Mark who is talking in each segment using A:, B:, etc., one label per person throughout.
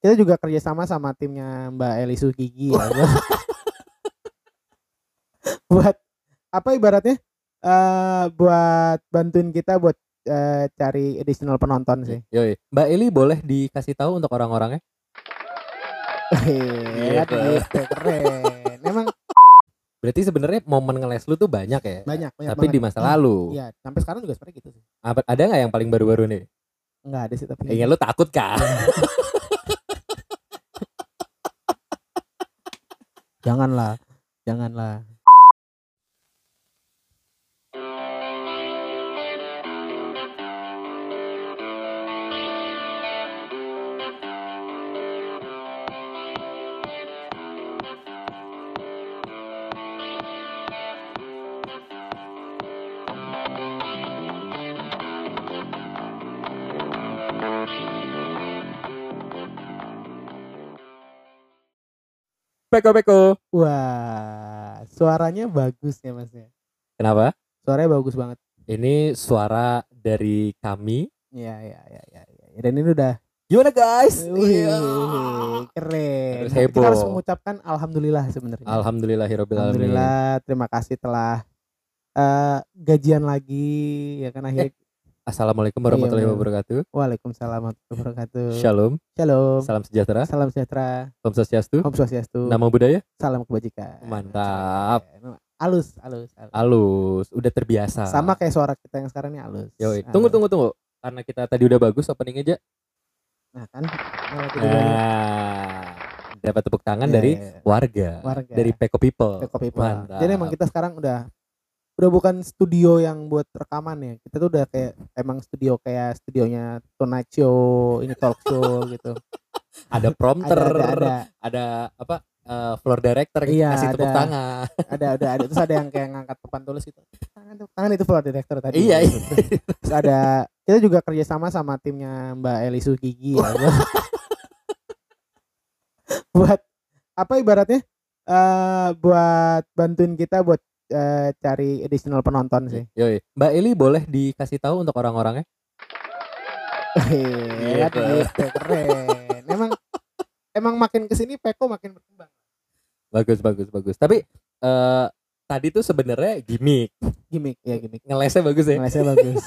A: kita juga kerjasama sama timnya Mbak Elisu Gigi ya. buat- buat apa ibaratnya eh buat bantuin kita buat eh, cari additional penonton sih.
B: Yoi. Mbak Eli boleh dikasih tahu untuk orang-orangnya?
A: Iya,
B: Gitu.
A: gitu, keren. Emang
B: Berarti sebenarnya momen ngeles lu tuh banyak ya.
A: banyak, banyak
B: Tapi
A: banget.
B: di masa lalu,
A: Iya, sampai sekarang juga sebenarnya gitu sih.
B: apa- ada nggak yang paling baru-baru nih?
A: Enggak ada sih tapi.
B: Iya, lu takut kan?
A: Janganlah. Janganlah.
B: Peko peko.
A: Wah, suaranya bagus ya Mas ya.
B: Kenapa?
A: Suaranya bagus banget.
B: Ini suara dari kami.
A: Iya, iya, iya, iya. Ya. Dan ini udah
B: Gimana guys?
A: Wih,
B: Iya.
A: keren. Nah,
B: Harus
A: Kita
B: heboh.
A: harus mengucapkan alhamdulillah sebenarnya.
B: Alhamdulillahirabbil alamin.
A: Alhamdulillah, terima kasih telah eh, gajian lagi ya kan akhir.
B: Assalamualaikum warahmatullahi
A: Iya, bener.
B: wabarakatuh.
A: Waalaikumsalam warahmatullahi wabarakatuh.
B: Shalom,
A: Shalom.
B: salam sejahtera,
A: Salam sejahtera.
B: Om Swastiastu,
A: Om Swastiastu.
B: Nama budaya
A: Salam kebajikan.
B: Mantap. Ah.
A: Keren. Alus, alus, alus.
B: halus, udah terbiasa.
A: Sama kayak suara kita yang sekarang ini alus. Alus.
B: Yoi. Tunggu tunggu tunggu. Karena kita tadi udah bagus opening aja.
A: Nah, kan. Nah, kita dari-
B: Nah, dapat tepuk tangan
A: Iya,
B: kan dari
A: iya, iya.
B: warga,
A: Warga.
B: dari Peko People.
A: Peko People.
B: Mantap.
A: Jadi emang kita sekarang udah udah bukan studio yang buat rekaman ya. Kita tuh udah kayak emang studio kayak studionya Tonight Show, ini talk show gitu.
B: Ada prompter,
A: Ada
B: ada,
A: ada ada
B: apa? eh, floor director yang
A: Iya,
B: kasih tepuk
A: ada.
B: tangan.
A: ada ada, ada. terus ada yang kayak ngangkat papan tulis gitu. Tangan tuh, tangan itu floor director tadi.
B: Iya, iya.
A: Terus ada kita juga kerjasama sama timnya Mbak Elisu Gigi ya. buat- buat apa ibaratnya eh buat bantuin kita buat eh, cari additional penonton sih.
B: Yoi. Mbak Eli boleh dikasih tahu untuk orang-orangnya?
A: Iya,
B: Gitu.
A: gitu, keren. Emang emang makin kesini Peko makin berkembang.
B: Bagus, bagus, bagus. Tapi eh tadi tuh sebenarnya gimmick,
A: Gimik ya gimik.
B: ngelesnya bagus ya.
A: Ngelesnya bagus.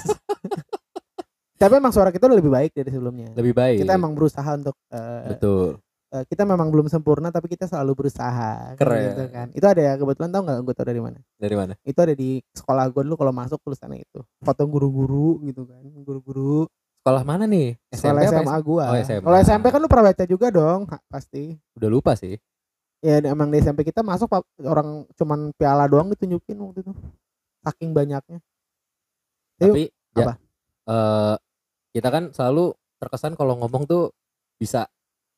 A: Tapi emang suara kita udah lebih baik dari sebelumnya.
B: Lebih baik.
A: Kita emang berusaha untuk eh,
B: betul.
A: eh, kita memang belum sempurna tapi kita selalu berusaha. Kan
B: Keren.
A: gitu kan. Itu ada ya kebetulan tau nggak gue tau dari mana?
B: Dari mana?
A: Itu ada di sekolah gue dulu kalau masuk tulisannya itu. Foto guru-guru gitu kan. Guru-guru.
B: Sekolah mana nih?
A: Sekolah
B: SMP apa
A: SMA gua.
B: Oh, SMA.
A: Kalau SMP kan lu pernah baca juga dong ha, pasti.
B: Udah lupa sih.
A: ya emang di SMP kita masuk pa- orang cuman piala doang ditunjukin waktu itu saking banyaknya Yuk,
B: Tapi ya,
A: apa?
B: eh, kita kan selalu terkesan kalau ngomong tuh bisa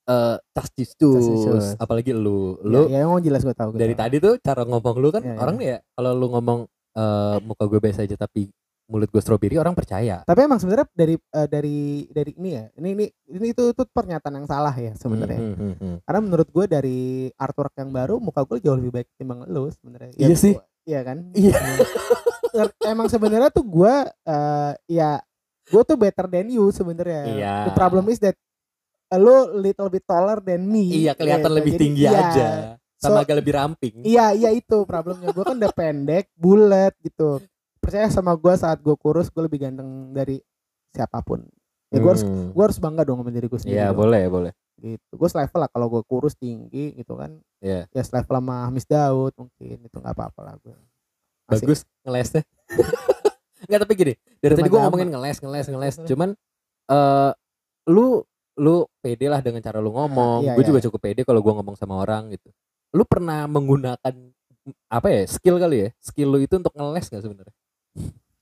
B: eh tas
A: Tasjistus.
B: apalagi lu. Lu
A: ya, ya emang jelas gue tahu gua
B: dari
A: tahu.
B: tadi tuh cara ngomong lu kan
A: Iya, iya.
B: orang nih ya kalau lu ngomong eh, muka gue biasa aja tapi mulut gue stroberi orang percaya.
A: tapi emang sebenarnya dari eh, dari dari ini ya ini ini ini itu, itu pernyataan yang salah ya sebenarnya
B: Hmm, hmm, hmm, hmm.
A: karena menurut gue dari artwork yang baru muka gue jauh lebih baik ketimbang lo sebenarnya
B: Iya sih.
A: gua- iya kan
B: Iya.
A: Ter- emang sebenarnya tuh gue eh, ya gue tuh better than you sebenarnya
B: Iya.
A: the problem is that lo little bit taller than me
B: Iya kelihatan
A: Gitu.
B: lebih
A: Jadi,
B: tinggi
A: iya.
B: aja. Sama
A: So-
B: agak lebih ramping.
A: Iya, iya itu problemnya. Gue kan udah pendek, bulat gitu. Percaya sama gue saat gue kurus, gue lebih ganteng dari siapapun. Ya gue harus
B: Hmm.
A: gue harus bangga dong sama diri gue sendiri.
B: Iya,
A: dong.
B: boleh, boleh.
A: Gitu. Gue selevel lah kalau gue kurus tinggi gitu kan.
B: Iya.
A: Ya selevel sama Hamis Daud mungkin itu nggak apa-apa lah gue. Asik.
B: bagus ngelesnya nggak tapi gini dari tadi gue
A: Sama-sama.
B: ngomongin ngeles ngeles ngeles cuman eh lu lu pede lah dengan cara lu ngomong
A: iya,
B: gue
A: iya,
B: juga
A: iya.
B: cukup pede kalau gue ngomong sama orang gitu lu pernah menggunakan mm, apa ya skill kali ya skill lu itu untuk ngeles gak sebenarnya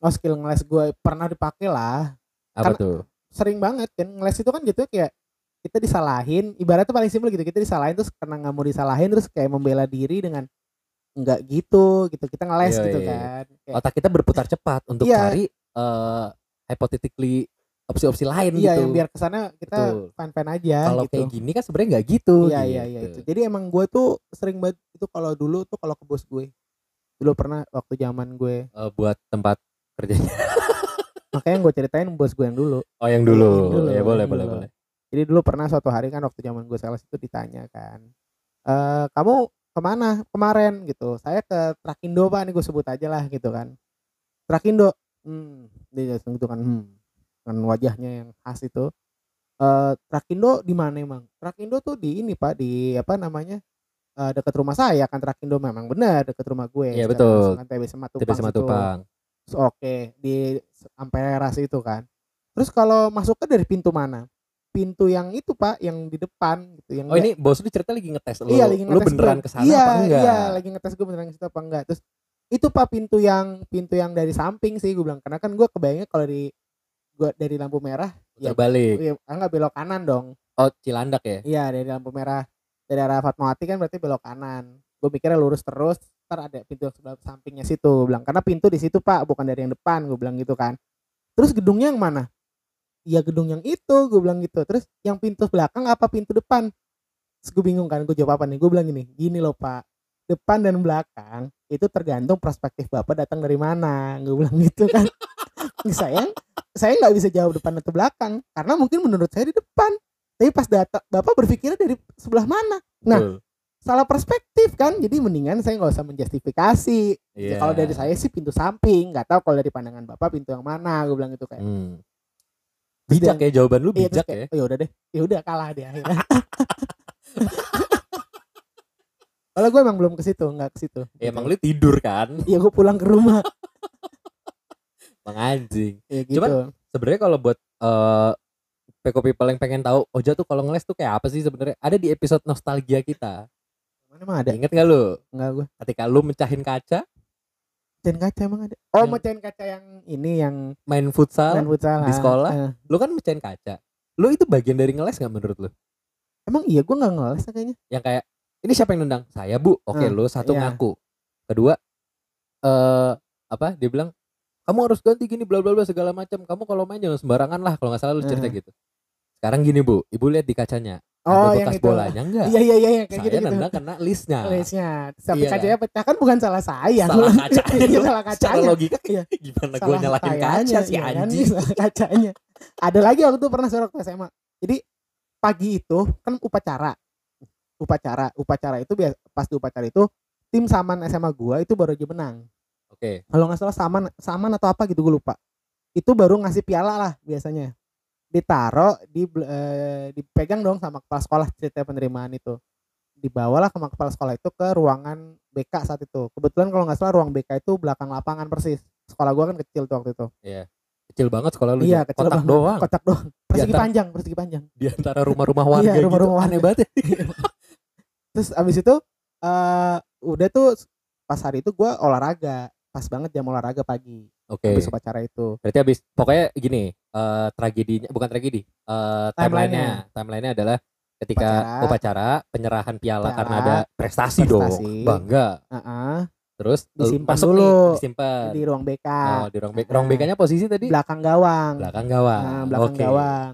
A: Oh skill ngeles gue pernah dipakai lah.
B: apa
A: Karena-
B: tuh
A: Sering banget kan ngeles itu kan gitu kayak kita disalahin. Ibaratnya paling simpel gitu kita disalahin terus karena nggak mau disalahin terus kayak membela diri dengan nggak gitu gitu kita ngeles
B: Iya,
A: gitu
B: iya, iya.
A: kan. Kayak-
B: otak kita berputar cepat untuk
A: Iya.
B: cari eh hypothetically opsi-opsi lain
A: Iya
B: gitu
A: yang biar kesana kita
B: Betul.
A: fan-fan aja
B: kalau
A: gitu.
B: kayak gini kan sebenarnya nggak gitu
A: iya iya iya itu.
B: gitu.
A: Jadi emang gue tuh sering banget itu kalau dulu tuh kalau ke bos gue. Dulu pernah waktu zaman gue.
B: Eh, buat tempat kerjanya
A: Makanya gue ceritain bos gue yang dulu.
B: oh
A: Yang
B: yang dulu,
A: dulu,
B: ya boleh
A: yang
B: boleh
A: dulu.
B: boleh
A: Jadi dulu pernah suatu hari kan waktu zaman gue sales itu ditanya kan, "Eh, kamu kemana kemarin gitu? Saya ke Trakindo pak, ini gue sebut aja lah gitu kan. Trakindo, hmm, dia langsung gitu kan, hmm, dengan wajahnya yang khas itu. Eh, Trakindo di mana emang? Trakindo tuh di ini pak, di apa namanya? Eh dekat rumah saya kan Trakindo memang benar dekat rumah gue. Sekarang
B: Iya, betul.
A: langsung TB Sematupang.
B: Tapi sama
A: situ.
B: Tupang.
A: Terus Oke, di Amperas itu kan. Terus kalau masuknya dari pintu mana? Pintu yang itu Pak, yang di depan gitu, yang
B: Oh ini bos lu cerita lagi ngetes lu.
A: Iya, lagi
B: lu
A: ngetes
B: beneran
A: gue.
B: kesana
A: iya,
B: apa enggak?
A: Iya, lagi ngetes gue beneran kesana apa enggak. Terus itu Pak pintu yang pintu yang dari samping sih gue bilang karena kan gue kebayangnya kalau dari gua dari lampu merah
B: Putar balik.
A: ya enggak belok kanan dong.
B: Oh Cilandak ya.
A: Iya, dari lampu merah dari arah Fatmawati kan berarti belok kanan. Gue mikirnya lurus terus, ntar ada pintu yang sebelah sampingnya situ. Gue bilang, karena pintu di situ pak, bukan dari yang depan. Gue bilang gitu kan. Terus gedungnya yang mana? Ya gedung yang itu, gue bilang gitu. Terus yang pintu belakang apa pintu depan? Terus gue bingung kan, gue jawab apa nih? Gue bilang gini, gini loh pak. Depan dan belakang itu tergantung perspektif bapak datang dari mana. Gue bilang gitu kan. saya saya nggak bisa jawab depan atau belakang karena mungkin menurut saya di depan tapi pas data bapak berpikirnya dari sebelah mana Nah,
B: Betul.
A: salah perspektif kan jadi mendingan saya nggak usah menjustifikasi Ya,
B: Iya.
A: kalau dari saya sih pintu samping nggak tahu kalau dari pandangan bapak pintu yang mana gue bilang gitu kayak
B: Hmm. Bijak ya jawaban lu
A: Iya, terus
B: bijak ya.
A: kayak, "Oh, ya udah deh ya udah kalah dia akhirnya kalau gue emang belum ke situ nggak ke situ
B: Ya, emang lu tidur kan,
A: ya gue pulang ke rumah
B: emang anjing.
A: ya gitu
B: Cuman- Sebenarnya kalau buat eh Peko People yang pengen tahu Oja tuh kalau ngeles tuh kayak apa sih sebenarnya? Ada di episode nostalgia kita.
A: mana emang ada
B: Ingat gak lu?
A: nggak gue
B: Ketika lu mecahin kaca,
A: mecahin kaca emang ada oh
B: Yang-
A: mecahin kaca yang ini yang
B: main futsal,
A: main futsal ah.
B: di sekolah?
A: Eh,
B: lu kan mecahin kaca. Lu itu bagian dari ngeles gak menurut lu?
A: emang iya gue nggak ngeles kayaknya
B: Yang kayak ini siapa yang nendang? Saya, Bu.
A: Ah,
B: Oke, lu satu
A: iya.
B: ngaku. Kedua eh apa? Dia bilang kamu harus ganti gini bla bla bla segala macam. Kamu kalau main jangan sembarangan lah kalau nggak salah
A: Hmm.
B: lu cerita gitu. Sekarang gini, Bu. Ibu lihat di kacanya.
A: oh
B: ada
A: yang
B: bekas
A: itu
B: bolanya enggak?
A: iya iya iya iya, kayak
B: saya
A: gitu gitu
B: nendang kena listnya.
A: lesnya tapi
B: Ah, Iya
A: kacanya pecah kan bukan salah saya
B: Salah kaca.
A: Iya, salah
B: Secara
A: kacanya
B: logika
A: Iya.
B: gimana gue
A: salah
B: nyalahin kaca
A: kacanya,
B: sih
A: iya kan?
B: anjing.
A: Salah kacanya ada lagi waktu itu pernah suruh ke SMA jadi pagi itu kan upacara upacara upacara itu biasa pas di upacara itu tim saman SMA gua itu baru aja menang
B: Oke.
A: kalau nggak salah saman saman atau apa gitu gue lupa itu baru ngasih piala lah biasanya ditaro di eh, dipegang dong sama kepala sekolah cerita penerimaan itu dibawalah sama kepala sekolah itu ke ruangan BK saat itu kebetulan kalau nggak salah ruang BK itu belakang lapangan persis sekolah gua kan kecil tuh waktu itu
B: Kecil banget sekolah lu.
A: Iya,
B: Jack.
A: kecil
B: kotak
A: banget.
B: doang.
A: kotak doang persegi
B: Diantar-
A: panjang persegi panjang
B: Di antara rumah-rumah warga
A: Iya, rumah-rumah
B: gitu.
A: warga.
B: Aneh banget ya.
A: terus abis itu eh udah tuh pas hari itu gua olahraga pas banget jam olahraga pagi
B: Oke.
A: habis upacara itu
B: Berarti habis pokoknya gini, eh tragedinya bukan tragedi. Eh timelinenya, timelinenya adalah ketika upacara,
A: Upacara.
B: penyerahan piala,
A: Piala.
B: karena ada prestasi, dong,
A: Prestasi.
B: bangga.
A: Heeh.
B: Terus lu
A: Disimpan
B: masuk
A: dulu.
B: nih, disimpan.
A: di ruang BK
B: oh, di ruang BK.
A: Ah.
B: Ruang BK-nya posisi tadi
A: belakang gawang
B: belakang gawang.
A: Nah, belakang
B: Ah, Oke.
A: gawang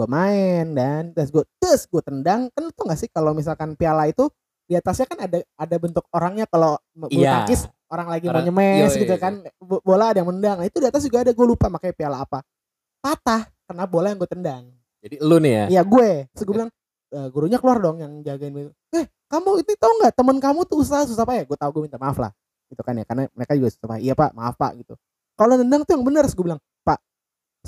A: gue main dan terus gue terus gue tendang kan lu tau gak sih kalau misalkan piala itu di atasnya kan ada ada bentuk orangnya kalau bulu
B: Iya.
A: tangkis orang lagi
B: Orang-
A: mau nyemes
B: yoi.
A: gitu kan Bo- bola ada yang mendang nah, itu di atas juga ada gue lupa makanya piala apa patah karena bola yang gue tendang
B: Jadi lu nih ya.
A: Iya gue. Terus gue bilang "Eh, gurunya keluar dong yang jagain gue. Eh kamu itu tau nggak teman kamu tuh usaha susah payah. Gue tau gue minta maaf lah. Gitu kan ya karena mereka juga susah payah. Iya pak maaf pak gitu. Kalau nendang tuh yang benar. Terus gue bilang pak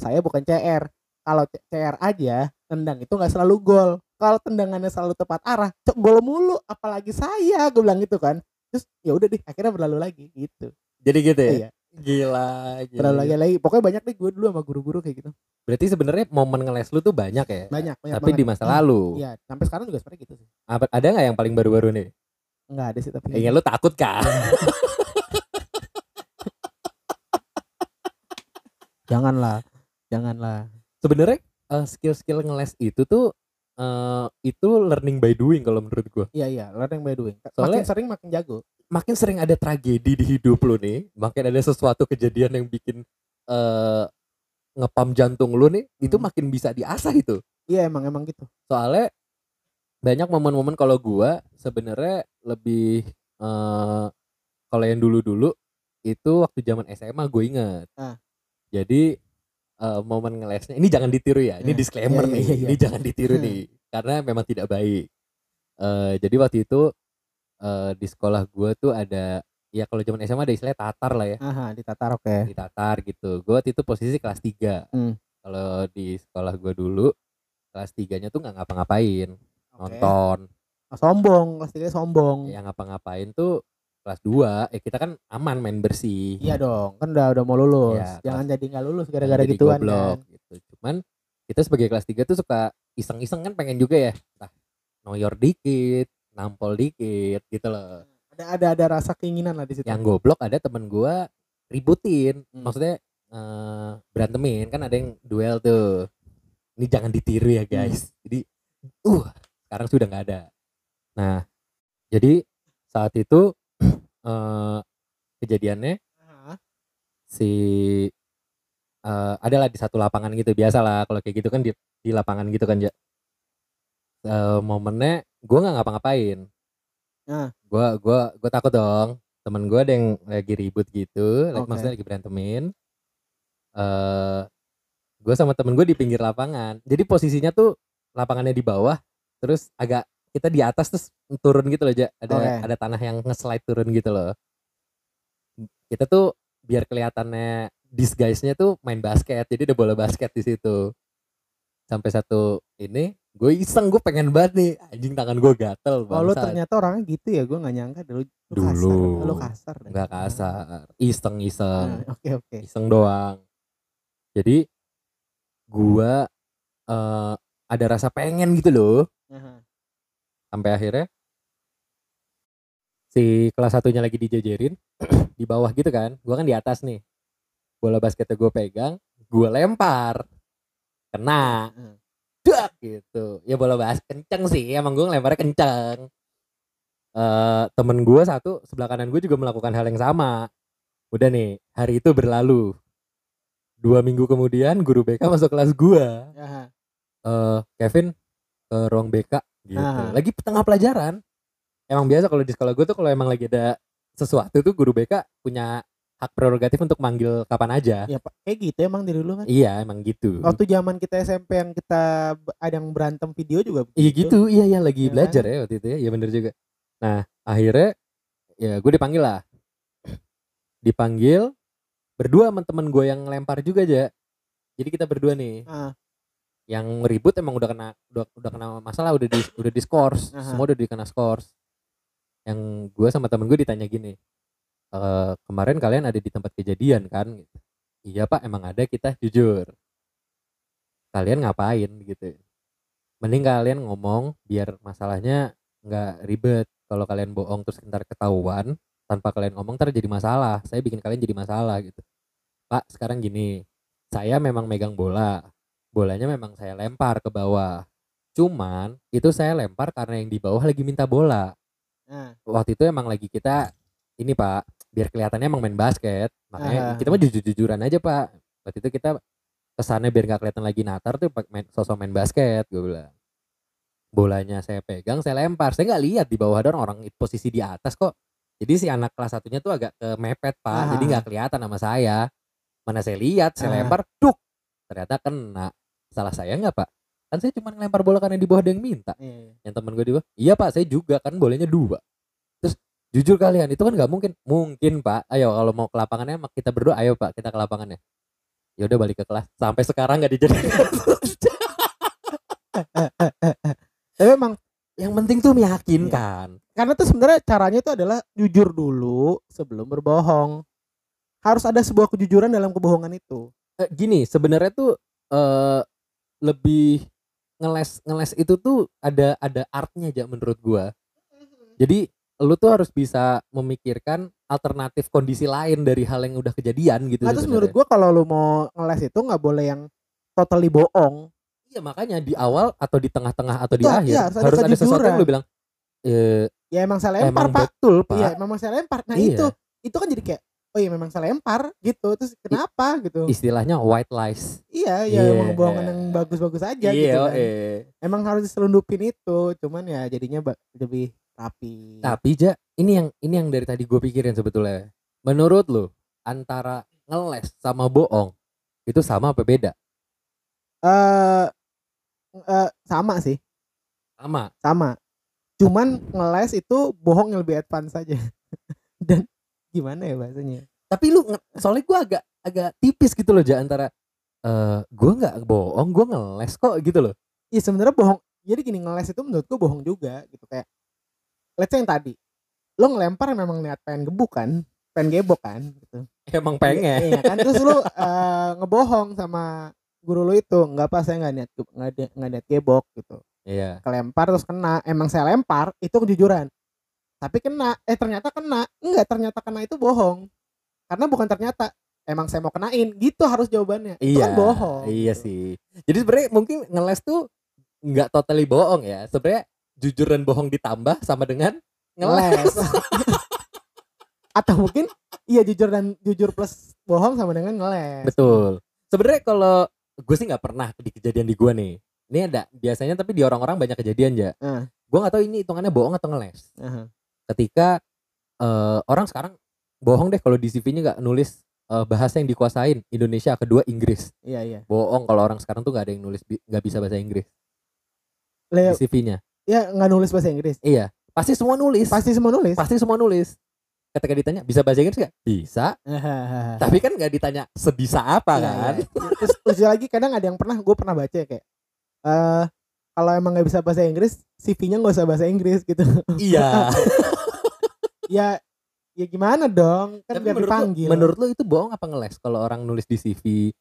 A: saya bukan CR. Kalau C- CR aja tendang itu nggak selalu gol. Kalau tendangannya selalu tepat arah, cok gol mulu. Apalagi saya, gue bilang gitu kan. Terus ya udah deh, akhirnya berlalu lagi gitu.
B: Jadi gitu ya.
A: Iya,
B: Gila, gila.
A: berlalu
B: gila.
A: lagi lagi. Pokoknya banyak deh gue dulu sama guru-guru kayak gitu.
B: Berarti sebenarnya momen ngeles lu tuh banyak ya.
A: Banyak, banyak
B: Tapi di
A: banget.
B: masa
A: Hmm,
B: lalu.
A: Iya, sampai sekarang juga sebenarnya gitu sih.
B: Apa- Ada nggak yang paling baru-baru nih?
A: Enggak ada sih tapi.
B: Kayaknya lu takut kan?
A: janganlah janganlah
B: sebenarnya eh, skill-skill ngeles itu tuh eh, itu learning by doing kalau menurut gua.
A: iya iya learning by doing
B: Soalnya-
A: makin sering makin jago
B: Makin sering ada tragedi di hidup lu nih, makin ada sesuatu kejadian yang bikin eh ngepam jantung lu nih, itu
A: Hmm.
B: makin bisa diasah itu.
A: iya emang emang gitu
B: Soalnya banyak momen-momen kalau gua sebenarnya lebih eh kalau yang dulu-dulu itu waktu zaman SMA gue inget.
A: Ah.
B: Jadi eh, momen ngelesnya ini jangan ditiru ya. Ini
A: Iya. Iya, iya,
B: disclaimer nih.
A: iya, iya.
B: Ini jangan ditiru
A: Hmm.
B: nih karena memang tidak baik. Eh, jadi waktu itu eh, di sekolah gua tuh ada ya kalau zaman SMA ada istilah tatar lah ya.
A: Aha, ya. ditatar oke.
B: Di tatar gitu. Gua waktu itu posisi kelas 3.
A: Iya. Hmm.
B: Kalau di sekolah gua dulu kelas 3-nya tuh nggak ngapa-ngapain,
A: Oke. Hmm.
B: nonton.
A: Oh, sombong, kelas tiga sombong.
B: Yang ngapa-ngapain tuh kelas 2, eh kita kan aman main bersih.
A: Iya dong, kan udah udah mau lulus.
B: Iya,
A: Jangan jadi nggak lulus
B: Jangan
A: gara-gara
B: jadi
A: gituan kan.
B: goblok, gitu. Cuman kita sebagai kelas 3 tuh suka iseng-iseng kan pengen juga ya. Entah noyor dikit, nampol dikit gitu loh.
A: kan. Ada ada ada rasa keinginan lah di situ.
B: Yang goblok ada temen gua ributin.
A: Hmm.
B: Maksudnya eh, berantemin kan ada yang duel tuh. Ini jangan ditiru ya guys.
A: Hmm.
B: Jadi uh sekarang sudah nggak ada. Nah, jadi saat itu eh kejadiannya
A: Aha.
B: si eh adalah di satu lapangan gitu biasalah kalau kayak gitu kan di, di lapangan gitu kan ya Eh, momennya gue nggak ngapa-ngapain
A: Nah.
B: gue gua gue takut dong temen gue ada yang lagi ribut gitu lagi-
A: Oke.
B: maksudnya lagi berantemin eh gue sama temen gue di pinggir lapangan jadi posisinya tuh lapangannya di bawah terus agak kita di atas terus turun gitu loh ja. ada
A: Oke.
B: ada tanah yang nge-slide turun gitu loh kita tuh biar kelihatannya disguise-nya tuh main basket jadi ada bola basket di situ sampai satu ini gue iseng gue pengen banget nih anjing tangan gue gatel
A: Oh, lu
B: bangsat.
A: ternyata orangnya gitu ya, gue nggak nyangka dulu. Lu
B: Dulu.
A: kasar, lu kasar. deh.
B: nggak kasar iseng iseng
A: Nah, Oke oke.
B: iseng doang jadi gua eh, ada rasa pengen gitu loh
A: Aha.
B: sampai akhirnya si kelas satunya lagi dijejerin di bawah gitu kan gua kan di atas nih bola basketnya gue pegang gua lempar kena
A: Hmm.
B: dak gitu ya bola basket kenceng sih emang gue ngelemparnya kenceng Eh temen gue satu sebelah kanan gue juga melakukan hal yang sama udah nih hari itu berlalu dua minggu kemudian guru BK masuk kelas gua
A: Aha.
B: eh Kevin ke ruang BK gitu.
A: Ah.
B: Lagi tengah pelajaran. Emang biasa kalau di sekolah gue tuh kalau emang lagi ada sesuatu tuh guru BK punya hak prerogatif untuk manggil kapan aja.
A: Ya pak, kayak gitu emang dari dulu kan.
B: Iya, emang gitu.
A: Waktu zaman kita SMP yang kita b- ada yang berantem video juga.
B: Iya gitu, iya iya
A: Ya
B: lagi
A: kan?
B: belajar ya waktu itu ya, iya bener juga. Nah akhirnya ya gue dipanggil lah, dipanggil berdua sama temen gue yang lempar juga aja. Jadi kita berdua nih,
A: Ah.
B: yang ribut emang udah kena udah, udah kena masalah udah di udah di scores,
A: Aha.
B: semua udah dikena scores. Yang gue sama temen gue ditanya gini, "Eh, kemarin kalian ada di tempat kejadian kan? Gitu. Iya pak, emang ada kita jujur. Kalian ngapain gitu? mending kalian ngomong biar masalahnya nggak ribet kalau kalian bohong terus ntar ketahuan tanpa kalian ngomong ntar jadi masalah saya bikin kalian jadi masalah gitu pak sekarang gini saya memang megang bola bolanya memang saya lempar ke bawah cuman itu saya lempar karena yang di bawah lagi minta bola
A: Nah,
B: waktu itu emang lagi kita ini pak biar kelihatannya emang main basket
A: Ah.
B: makanya kita mah jujur-jujuran aja pak waktu itu kita kesannya biar nggak kelihatan lagi natar tuh pak- main, sosok main basket gue bilang bolanya saya pegang saya lempar saya nggak lihat di bawah ada orang, orang itu posisi di atas kok jadi si anak kelas satunya tuh agak eh, mepet pak
A: Ah.
B: jadi nggak kelihatan sama saya mana saya lihat saya
A: Ah.
B: lempar duk ternyata kena salah saya nggak pak kan saya cuma ngelempar bola karena di bawah ada yang minta
A: iya.
B: yang teman gue di bawah, iya pak saya juga kan bolanya dua terus jujur kalian itu kan nggak mungkin mungkin pak ayo kalau mau ke lapangannya mak- kita berdua ayo pak kita ke lapangannya ya udah balik ke kelas sampai sekarang nggak dijadiin
A: Tapi emang
B: yang penting tuh meyakinkan
A: Ya karena tuh sebenarnya caranya itu adalah jujur dulu sebelum berbohong. Harus ada sebuah kejujuran dalam kebohongan itu.
B: Eh, gini sebenarnya tuh eh, lebih ngeles ngeles itu tuh ada ada artnya aja menurut gua jadi lu tuh harus bisa memikirkan alternatif kondisi lain dari hal yang udah kejadian gitu
A: Nah, terus
B: sebenarnya.
A: menurut gua kalau lu mau ngeles itu nggak boleh yang totally bohong.
B: Iya makanya di awal atau di tengah-tengah atau di
A: Iya,
B: akhir
A: iya, harus
B: harus,
A: ada
B: ada sesuatu yang
A: kejujuran.
B: lu bilang eh
A: Ya emang saya lempar,
B: emang
A: Pak.
B: betul pak.
A: Iya, memang saya lempar. Nah,
B: Iya.
A: itu itu kan jadi kayak oh iya memang saya lempar gitu. Terus kenapa gitu?
B: Istilahnya white lies.
A: Iya, ya
B: Iya.
A: emang kebohongan yang bagus-bagus aja gitu. kan.
B: eh.
A: Emang harus diselundupin itu, cuman ya jadinya ba- lebih rapi.
B: Tapi ja ini yang ini yang dari tadi gue pikirin sebetulnya. Menurut lu antara ngeles sama bohong itu sama apa beda
A: eh eh, sama sih
B: sama
A: sama cuman ngeles itu bohong yang lebih advance saja dan gimana ya bahasanya
B: tapi lu nge- soalnya gue agak agak tipis gitu loh ja antara eh gue nggak bohong gue ngeles kok gitu loh
A: ya sebenarnya bohong jadi gini ngeles itu menurut gua bohong juga gitu kayak let's say yang tadi lo ngelempar memang niat pengen gebuk kan pengen gebok kan gitu
B: emang pengen
A: iya kan terus lo eh, ngebohong sama guru lo itu nggak apa saya nggak niat ge- nggak ada- nggak niat gebok gitu
B: iya
A: kelempar terus kena emang saya lempar itu kejujuran tapi kena eh ternyata kena enggak ternyata kena itu bohong karena bukan ternyata emang saya mau kenain gitu harus jawabannya itu
B: iya
A: kan bohong
B: iya sih jadi sebenarnya mungkin ngeles tuh nggak totally bohong ya sebenarnya jujur dan bohong ditambah sama dengan ngeles
A: ngeles atau mungkin iya jujur dan jujur plus bohong sama dengan ngeles
B: betul sebenarnya kalau gue sih nggak pernah di kejadian di gue nih ini ada biasanya tapi di orang-orang banyak kejadian ja
A: Ah.
B: gue nggak tahu ini hitungannya bohong atau ngeles
A: Aha.
B: ketika eh, orang sekarang bohong deh kalau di CV-nya nggak nulis eh, bahasa yang dikuasain Indonesia kedua Inggris
A: iya iya
B: bohong kalau orang sekarang tuh nggak ada yang nulis bi- nggak bisa bahasa Inggris di
A: Le,
B: CV-nya
A: ya nggak nulis bahasa Inggris
B: iya pasti semua nulis
A: pasti
B: pasti,
A: semua nulis
B: semua nulis ketika ditanya bisa bahasa Inggris nggak bisa
A: Hahaha.
B: tapi kan nggak ditanya sebisa
A: Ah.
B: apa
A: Iya,
B: kan
A: iya. Terus, terus lagi kadang ada yang pernah gue pernah baca ya, kayak eh kalau emang nggak bisa bahasa Inggris, CV-nya nggak usah bahasa Inggris gitu.
B: iya
A: ya, ya gimana dong? Kan
B: Tapi
A: nggak
B: menurut lu-
A: dipanggil.
B: menurut lu itu bohong apa ngeles kalau orang nulis di CV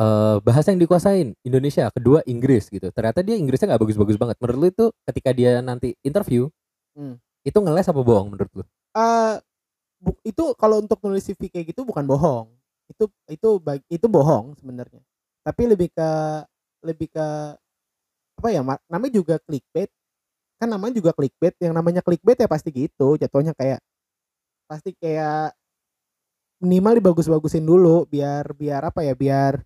B: eh, bahasa yang dikuasain Indonesia kedua Inggris gitu ternyata dia Inggrisnya nggak bagus-bagus banget menurut lu itu ketika dia nanti interview
A: Hmm.
B: itu ngeles apa bohong menurut lu
A: Eh, bu- itu kalau untuk nulis CV kayak gitu bukan bohong. Itu itu bag- itu bohong sebenarnya. Tapi lebih ke lebih ke apa ya? Mar- Namanya juga clickbait. Kan namanya juga clickbait. Yang namanya clickbait ya pasti gitu. Jatuhnya kayak pasti kayak minimal dibagus-bagusin dulu biar biar apa ya? Biar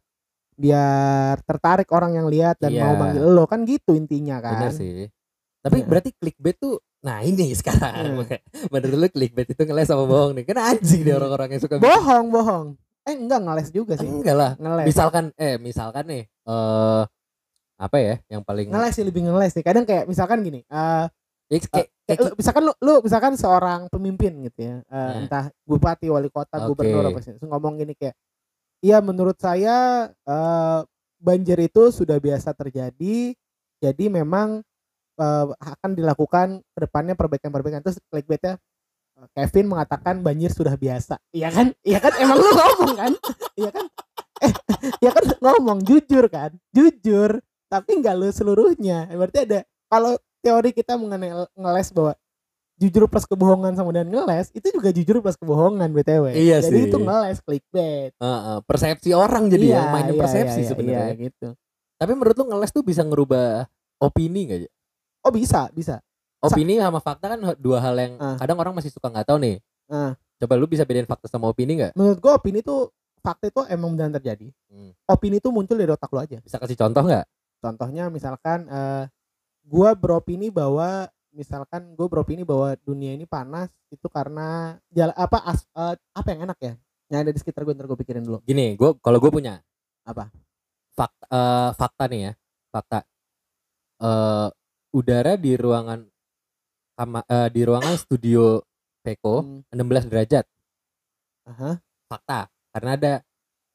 A: biar tertarik orang yang lihat dan
B: Iya.
A: mau manggil lo kan gitu intinya
B: benar
A: kan.
B: sih tapi
A: Iya. Hmm.
B: berarti clickbait tuh nah ini sekarang menurut lu clickbait itu ngeles apa bohong nih kan anjing deh orang-orang yang suka bikin-
A: Bohong, bohong. Eh enggak ngeles juga sih.
B: enggak lah
A: Ngeles.
B: misalkan eh misalkan nih eh apa ya yang paling
A: ngeles sih lebih ngeles sih kadang kayak misalkan gini eh
B: Ya, kayak-
A: kayak
B: kayak-
A: lu- misalkan lu, lu misalkan seorang pemimpin gitu ya eh,
B: Nah.
A: entah bupati wali kota
B: Oke.
A: gubernur apa sih terus ngomong gini kayak iya menurut saya eh, banjir itu sudah biasa terjadi jadi memang eh, akan dilakukan kedepannya perbaikan-perbaikan terus clickbaitnya eh, Kevin mengatakan banjir sudah biasa iya kan iya kan emang lu ngomong kan iya kan eh, iya kan ngomong jujur kan jujur tapi nggak lu seluruhnya berarti ada kalau teori kita mengenai l- ngeles bahwa jujur plus kebohongan sama dengan ngeles itu juga jujur plus kebohongan btw
B: Iya
A: jadi
B: sih.
A: itu ngeles clickbait
B: eh, eh, persepsi orang jadi
A: Iya,
B: ya mainnya
A: iya, iya,
B: persepsi
A: iya,
B: sebenarnya
A: iya, gitu
B: Tapi menurut lu ngeles tuh bisa ngerubah opini gak? Ya?
A: oh bisa bisa
B: Opini sama fakta kan dua hal yang
A: Ah.
B: kadang orang masih suka nggak tahu nih.
A: Ah.
B: Coba lu bisa bedain fakta sama opini nggak?
A: menurut gua opini itu fakta itu emang benar terjadi
B: Hmm.
A: opini itu muncul dari otak lo aja
B: Bisa kasih contoh nggak?
A: contohnya misalkan eh gua beropini bahwa misalkan gue beropini bahwa dunia ini panas itu karena jala, apa as- eh, apa yang enak ya yang ada di sekitar gue ntar gue pikirin dulu
B: Gini, gua kalau gue punya
A: Apa?
B: Fakta, fakta nih ya, fakta. Eh, udara di ruangan kama- eh, di ruangan studio Peko
A: Hmm,
B: 16 derajat.
A: aha,
B: Fakta. Karena ada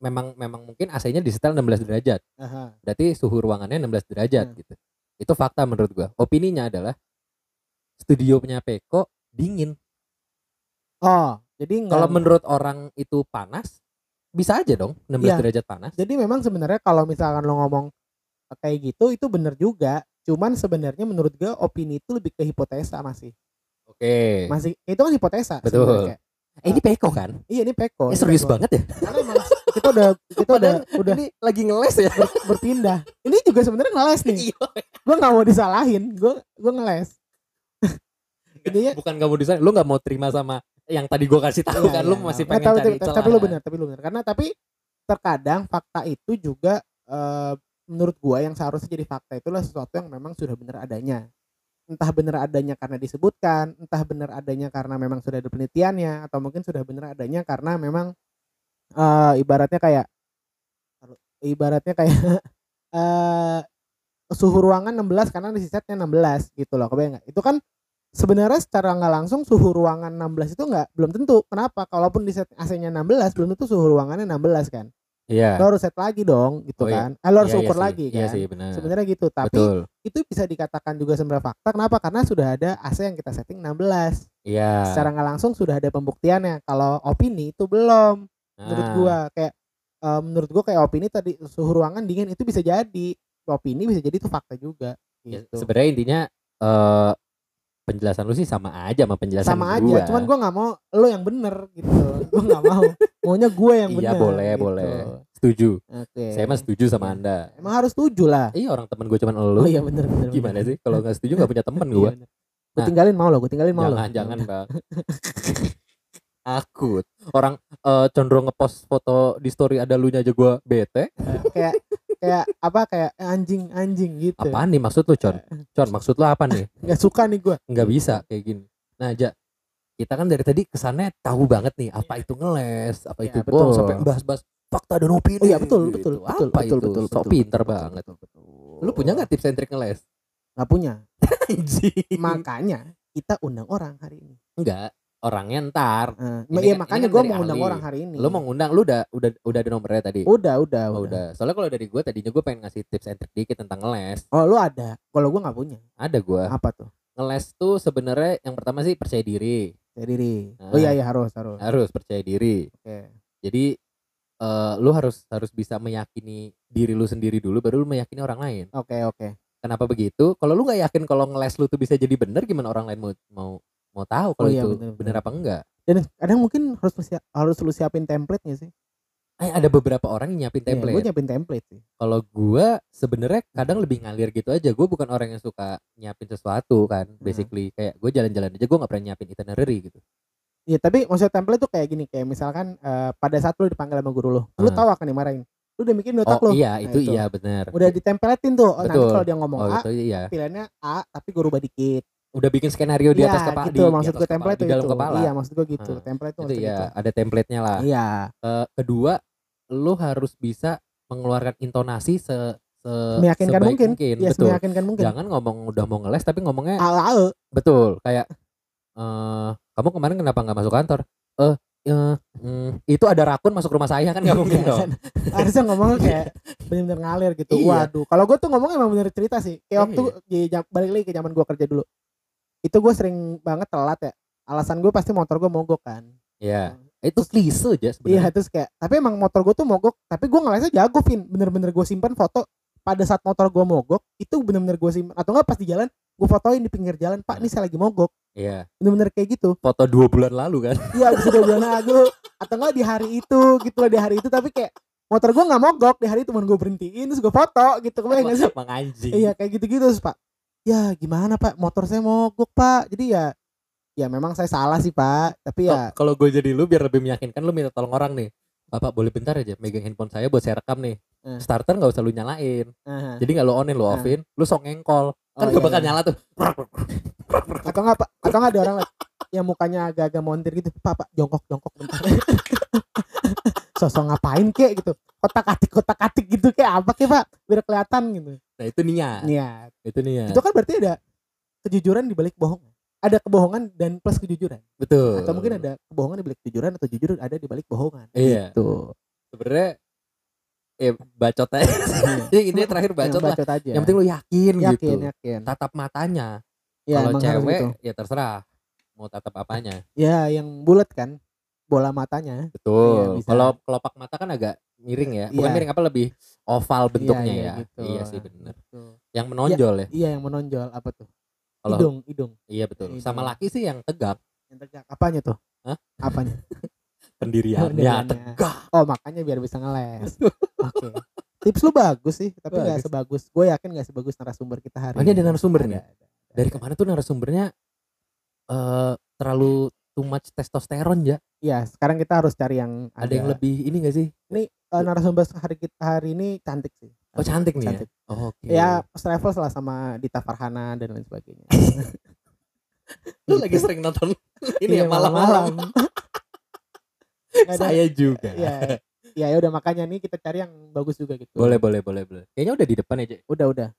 B: memang memang mungkin AC-nya di setel 16 derajat.
A: aha.
B: berarti suhu ruangannya 16 derajat
A: Hmm.
B: gitu. Itu fakta menurut gua. Opininya adalah studionya Peko dingin.
A: oh jadi nggak-
B: Kalau menurut orang itu panas, bisa aja dong 16
A: Iya.
B: derajat panas.
A: Jadi memang sebenarnya kalau misalkan lo ngomong kayak gitu itu bener juga. Cuman sebenarnya menurut gue opini itu lebih ke hipotesa masih.
B: Oke.
A: Masih itu kan hipotesa.
B: Betul.
A: sebenarnya kayak,
B: Eh, ini Peko kan?
A: Iya ini peko.
B: Eh,
A: ini
B: serius
A: peko.
B: banget ya?
A: Karena emang kita udah kita udah
B: Padahal
A: udah
B: Ini lagi ngeles ya?
A: ber- berpindah. Ini juga sebenarnya ngeles nih.
B: Iya.
A: Gue nggak mau disalahin. Gue gue ngeles. Intinya
B: Iya. Bukan kamu desain, lu nggak mau terima sama yang tadi gua kasih tahu
A: Iya,
B: kan
A: iya,
B: lu
A: iya.
B: masih
A: Nah,
B: pengen
A: tapi,
B: cari kan.
A: tapi,
B: celah.
A: tapi lu benar tapi lu benar karena tapi terkadang fakta itu juga eh, menurut gua yang seharusnya jadi fakta itulah sesuatu yang memang sudah benar adanya entah benar adanya karena disebutkan entah benar adanya karena memang sudah ada penelitiannya atau mungkin sudah benar adanya karena memang eh, ibaratnya kayak ibaratnya kayak eh suhu ruangan 16 karena di setnya 16 gitu loh kebayang nggak? itu kan sebenarnya secara nggak langsung suhu ruangan 16 itu nggak belum tentu kenapa kalaupun di set AC-nya 16 belum tentu suhu ruangannya 16 kan
B: Iya.
A: lo harus set lagi dong gitu
B: Oh, iya.
A: kan Eh, lo harus
B: Iya, iya
A: ukur
B: sih.
A: lagi kan
B: Iya sih benar.
A: sebenarnya gitu tapi
B: Betul.
A: itu bisa dikatakan juga sebenarnya fakta kenapa karena sudah ada AC yang kita setting 16
B: Iya.
A: secara nggak langsung sudah ada pembuktiannya kalau opini itu belum menurut
B: Nah,
A: gua kayak eh, menurut gua kayak opini tadi suhu ruangan dingin itu bisa jadi opini bisa jadi itu fakta juga
B: ya,
A: gitu
B: Sebenarnya intinya eh penjelasan lu sih sama aja sama penjelasan
A: sama
B: gua.
A: aja cuman gua nggak mau lo yang bener gitu gua nggak mau maunya gue yang
B: Iya,
A: bener
B: boleh,
A: gitu.
B: boleh. setuju.
A: oke Iya.
B: Saya mah setuju sama Anda.
A: emang harus setuju lah
B: Iya, orang teman gua cuman elu.
A: oh iya bener bener
B: Gimana sih kalau nggak setuju nggak punya teman
A: Iya,
B: gua.
A: bener. Gua
B: Nah.
A: tinggalin mau lo gue tinggalin mau lo
B: jangan, jangan, Bang. Aku orang eh, cenderung ngepost foto di story ada lunya aja gua bete.
A: Eh, kayak kayak apa kayak eh, anjing anjing gitu Eh,
B: Apaan nih maksud lu, Con? Con, maksud lu apa nih?
A: nggak suka nih gua
B: nggak bisa kayak gini. Nah, aja kita kan dari tadi kesannya tahu banget nih apa itu ngeles, apa
A: Iya,
B: itu
A: betul.
B: bohong, sampai bahas-bahas fakta dan opini.
A: oh iya betul
B: gitu.
A: betul betul
B: apa
A: betul
B: itu?
A: betul
B: So
A: betul,
B: pinter
A: betul,
B: banget.
A: betul, betul.
B: Lu punya nggak tips and trick ngeles?
A: nggak punya
B: Anjing.
A: makanya kita undang orang hari ini
B: Enggak, orangnya ntar.
A: Eh,
B: Ini
A: iya
B: kan-
A: makanya
B: ini kan
A: gue
B: dari
A: mau undang
B: ahli.
A: orang hari ini
B: Lu mau ngundang lu udah udah udah ada nomornya tadi.
A: udah udah
B: Oh,
A: udah
B: udah. Soalnya kalau dari gue tadinya gue pengen ngasih tips and trick dikit tentang ngeles.
A: oh lu ada kalau gue nggak punya
B: Ada gue.
A: apa tuh
B: Ngeles tuh sebenarnya yang pertama sih percaya diri.
A: dari diri
B: Nah.
A: oh iya iya harus harus
B: Harus percaya diri.
A: oke
B: Jadi eh, lu harus harus bisa meyakini diri lu sendiri dulu baru lu meyakini orang lain.
A: oke oke
B: Kenapa begitu? Kalau lu nggak yakin kalau ngeles lu tuh bisa jadi bener gimana orang lain mau mau mau tahu kalau
A: Oh iya,
B: itu
A: bener,
B: bener, apa enggak?
A: dan kadang mungkin harus persia- harus lu siapin template nggak sih
B: Eh, ada beberapa orang yang nyiapin
A: gue
B: template.
A: nyiapin template sih
B: Kalau gua sebenarnya kadang lebih ngalir gitu aja. Gue bukan orang yang suka nyiapin sesuatu kan.
A: Hmm.
B: Basically kayak gue jalan-jalan aja gue nggak pernah nyiapin itinerary gitu.
A: Iya tapi maksudnya template tuh kayak gini kayak misalkan eh, pada saat lu dipanggil sama guru lu, lu
B: Ah.
A: tahu akan dimarahin. Lu udah mikirin di otak
B: oh
A: lu. Nah,
B: iya itu,
A: itu.
B: iya bener.
A: Udah ditempeletin tuh. Oh, nanti
B: Betul.
A: kalau dia ngomong
B: Oh
A: A,
B: itu iya.
A: pilihannya A tapi gue rubah dikit.
B: Udah bikin skenario di
A: Iya,
B: atas kepala
A: gitu
B: di, di
A: maksud
B: atas
A: gue
B: kepala,
A: template
B: di
A: tuh
B: dalam
A: itu.
B: kepala.
A: Iya maksud gue gitu.
B: Ah.
A: Template tuh
B: itu
A: maksud
B: ya
A: gitu.
B: ada template-nya lah.
A: Iya.
B: Eh, kedua lu harus bisa mengeluarkan intonasi se, se
A: Meyakinkan
B: sebaik
A: mungkin. Iya,
B: betul
A: meyakinkan mungkin.
B: jangan ngomong udah mau ngeles tapi ngomongnya
A: Al al.
B: betul kayak eh kamu kemarin kenapa nggak masuk kantor eh eh, mm, itu ada rakun masuk rumah saya kan nggak mungkin
A: Iya,
B: dong
A: kan? Harusnya ngomongnya kayak bener-bener ngalir gitu.
B: Iya.
A: Waduh. Kalau gue tuh ngomong emang bener cerita sih. Kayak waktu di jam- balik lagi ke zaman gue kerja dulu. Itu gue sering banget telat ya. Alasan gue pasti motor gue mogok kan.
B: ya itu klise aja
A: Iya
B: sebenarnya
A: terus kayak tapi emang motor gue tuh mogok tapi gue ngerasa jago Vin bener-bener gue simpan foto pada saat motor gue mogok itu bener-bener gue simpan atau enggak pas di jalan gue fotoin di pinggir jalan pak ini saya lagi mogok
B: Iya.
A: bener-bener kayak gitu
B: foto dua bulan lalu kan
A: iya bisa dua bulan lalu atau enggak di hari itu gitu loh di hari itu tapi kayak motor gue nggak mogok di hari itu cuman gue berhentiin terus gue foto gitu kebayang nggak sih
B: Emang anjing
A: iya kayak gitu-gitu terus pak ya gimana pak motor saya mogok pak jadi ya ya memang saya salah sih pak tapi ya
B: Kal- kalau gue jadi lu biar lebih meyakinkan lu minta tolong orang nih bapak boleh bentar aja megang handphone saya buat saya rekam nih
A: Eh.
B: starter nggak usah lu nyalain
A: aha.
B: Oh. jadi nggak lu onin lu
A: Ah.
B: offin lu sok ngengkol
A: Oh,
B: kan gak
A: iya,
B: bakal
A: iya.
B: nyala tuh
A: atau nggak Pak, atau nggak ada orang liat yang mukanya agak-agak montir gitu pak pak jongkok jongkok bentar sosok ngapain kek gitu kotak atik kotak atik gitu kayak apa kek pak biar kelihatan gitu
B: nah itu niat
A: niat
B: itu niat
A: itu kan berarti ada kejujuran di balik bohong ada kebohongan dan plus kejujuran
B: betul
A: atau mungkin ada kebohongan di balik kejujuran atau jujur ada di balik bohongan Gitu.
B: iya
A: tuh
B: sebenarnya eh bacot aja
A: Iya.
B: Jadi ini terakhir bacot lah
A: aja
B: yang penting lu yakin, gitu
A: iya. yakin yakin
B: tatap matanya
A: ya,
B: kalau
A: emang harus
B: cewek
A: gitu.
B: ya terserah mau tatap apanya
A: ya yang bulat kan bola matanya
B: betul
A: Iya, bisa.
B: kalau kelopak mata kan agak miring ya bukan
A: Iya.
B: miring apa lebih oval bentuknya
A: iya,
B: ya
A: gitu.
B: iya sih bener
A: Tuh.
B: yang menonjol ya,
A: iya yang menonjol apa tuh
B: Kalau-
A: hidung hidung
B: iya betul
A: Iya,
B: sama
A: iya.
B: laki sih yang tegak
A: yang tegak apanya tuh
B: Hah?
A: apanya
B: pendiriannya
A: Pendiriannya.
B: tegak
A: oh makanya biar bisa ngeles oke tips lu bagus sih tapi nggak
B: Bagus.
A: sebagus gue yakin nggak sebagus narasumber kita hari
B: Makanya dengan sumber nih
A: Ada, ada.
B: dari kemarin tuh narasumbernya eh terlalu too much testosteron ya
A: iya sekarang kita harus cari yang
B: ada yang lebih ini gak sih
A: Eh, narasumber hari kita hari ini cantik sih
B: oh cantik nih
A: cantik
B: ya oh, oke
A: ya travel lah sama Dita Farhana dan lain sebagainya Gitu.
B: lu lagi sering nonton ini ya
A: Iya,
B: malam-malam
A: Nggak ada-
B: saya juga
A: Iya. ya ya udah makanya nih kita cari yang bagus juga gitu
B: boleh boleh boleh boleh kayaknya udah di depan ya, aja
A: udah udah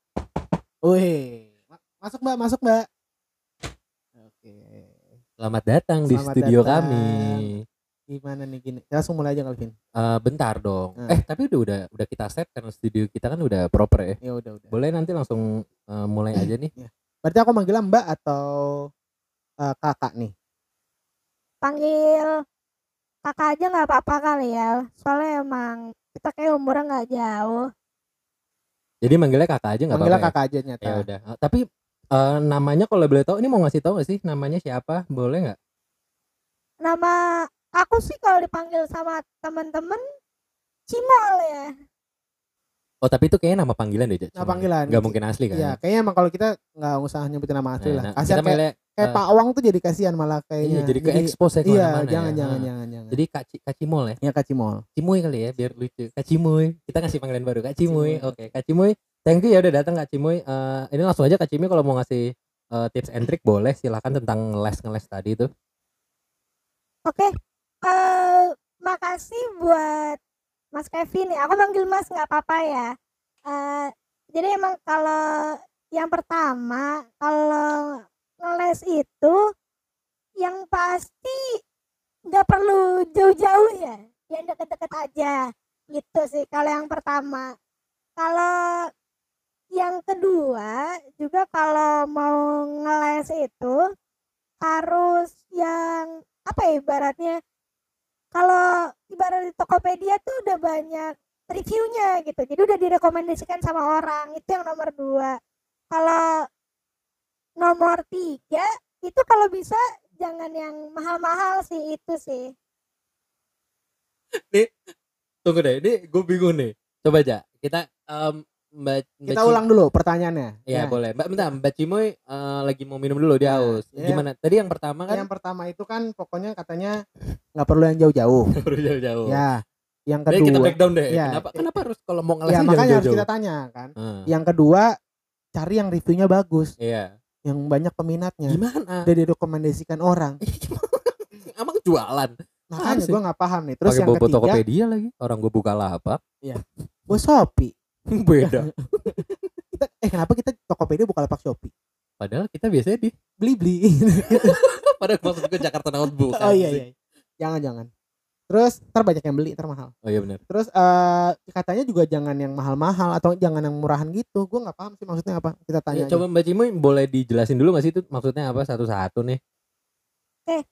A: Wih, Ma- masuk mbak masuk mbak oke
B: selamat datang di
A: Selamat
B: studio
A: datang.
B: kami
A: gimana nih gini Kita langsung mulai aja Calvin
B: Eh, bentar dong
A: Hmm.
B: eh tapi udah udah udah kita set karena studio kita kan udah proper ya
A: ya udah udah
B: boleh nanti langsung eh, mulai aja nih
A: berarti aku manggilnya mbak atau eh, kakak nih
C: panggil kakak aja nggak apa-apa kali ya soalnya emang kita kayak umurnya nggak jauh
B: jadi manggilnya kakak aja nggak
A: manggilnya
B: apa-apa
A: kakak aja nyata
B: ya? ya udah Eh, tapi eh, namanya kalau boleh tahu ini mau ngasih tahu gak sih namanya siapa boleh nggak
C: nama aku sih kalau dipanggil sama temen-temen cimol ya
B: oh tapi itu kayaknya nama panggilan deh
A: Nama panggilan.
B: nggak mungkin asli kan
A: Iya, kayaknya emang kalau kita nggak usah nyebutin nama asli
B: Nah,
A: lah.
B: nah,
A: Kasihan
B: kita
A: kayak,
B: milih
A: kayak
B: eh,
A: Pak Awang tuh jadi kasihan malah
B: iya,
A: kayaknya.
B: jadi ke expose ya
A: Iya,
B: kemana-mana ya.
A: jangan,
B: Ah.
A: jangan, jangan, jangan.
B: Jadi Kak, Ci- Kak Cimol ya,
A: ya Kak Cimol.
B: Cimuy kali ya biar lucu. Kak Cimuy, kita ngasih panggilan baru Kak Cimuy.
A: Cimuy.
B: Oke, Kak Cimuy, thank you ya udah datang Kak Cimuy. Eh, ini langsung aja Kak Cimuy kalau mau ngasih eh, tips and trick boleh silakan tentang les ngeles tadi itu.
C: oke eh makasih buat mas Kevin nih aku manggil mas nggak apa-apa ya Eh jadi emang kalau yang pertama kalau ngeles itu yang pasti nggak perlu jauh-jauh ya yang deket-deket aja gitu sih kalau yang pertama kalau yang kedua juga kalau mau ngeles itu harus yang apa ya ibaratnya kalau ibarat di Tokopedia tuh udah banyak reviewnya gitu jadi udah direkomendasikan sama orang itu yang nomor dua kalau nomor tiga itu kalau bisa jangan yang mahal-mahal sih itu sih
B: Tunggu deh, ini gue bingung nih. Coba aja kita em, Mbak Mbak
A: Kita
B: Cim-
A: ulang dulu pertanyaannya.
B: Ya,
A: Nah,
B: boleh. Mbak bentar, Mbak Cimuy eh, lagi mau minum dulu dia
A: Nah,
B: haus.
A: iya.
B: Gimana? Tadi yang pertama kan
A: yang pertama itu kan pokoknya katanya nggak perlu yang jauh-jauh.
B: baru jauh-jauh.
A: ya. Yang
B: Jadi kita
A: kedua,
B: breakdown deh.
A: Iya.
B: Kenapa kenapa harus kalau mau
A: ya
B: ngelesnya jangan
A: makanya harus
B: jauh-jauh?
A: kita tanya kan.
B: Eh,
A: Yang kedua, cari yang reviewnya bagus,
B: Iya.
A: yang banyak peminatnya,
B: Gimana?
A: udah direkomendasikan orang.
B: Emang jualan.
A: Makanya
B: sih?
A: gue nggak paham nih. Terus
B: Pakai
A: yang
B: bobo
A: ketiga,
B: Tokopedia lagi. Orang gue buka lapak.
A: gue Shopee.
B: Beda.
A: Kita, eh kenapa kita Tokopedia buka lapak Shopee?
B: Padahal kita biasanya di
A: Beli-beli.
B: pada maksud gue Jakarta Notebook.
A: oh iya iya. Jangan jangan. Terus ntar banyak yang beli, ntar mahal.
B: Oh iya benar.
A: Terus eh katanya juga jangan yang mahal-mahal atau jangan yang murahan gitu. Gue nggak paham sih maksudnya apa. Kita
B: Ya,
A: tanya. aja.
B: coba Mbak Cimuy boleh dijelasin dulu gak sih itu maksudnya apa satu-satu nih?
C: Eh,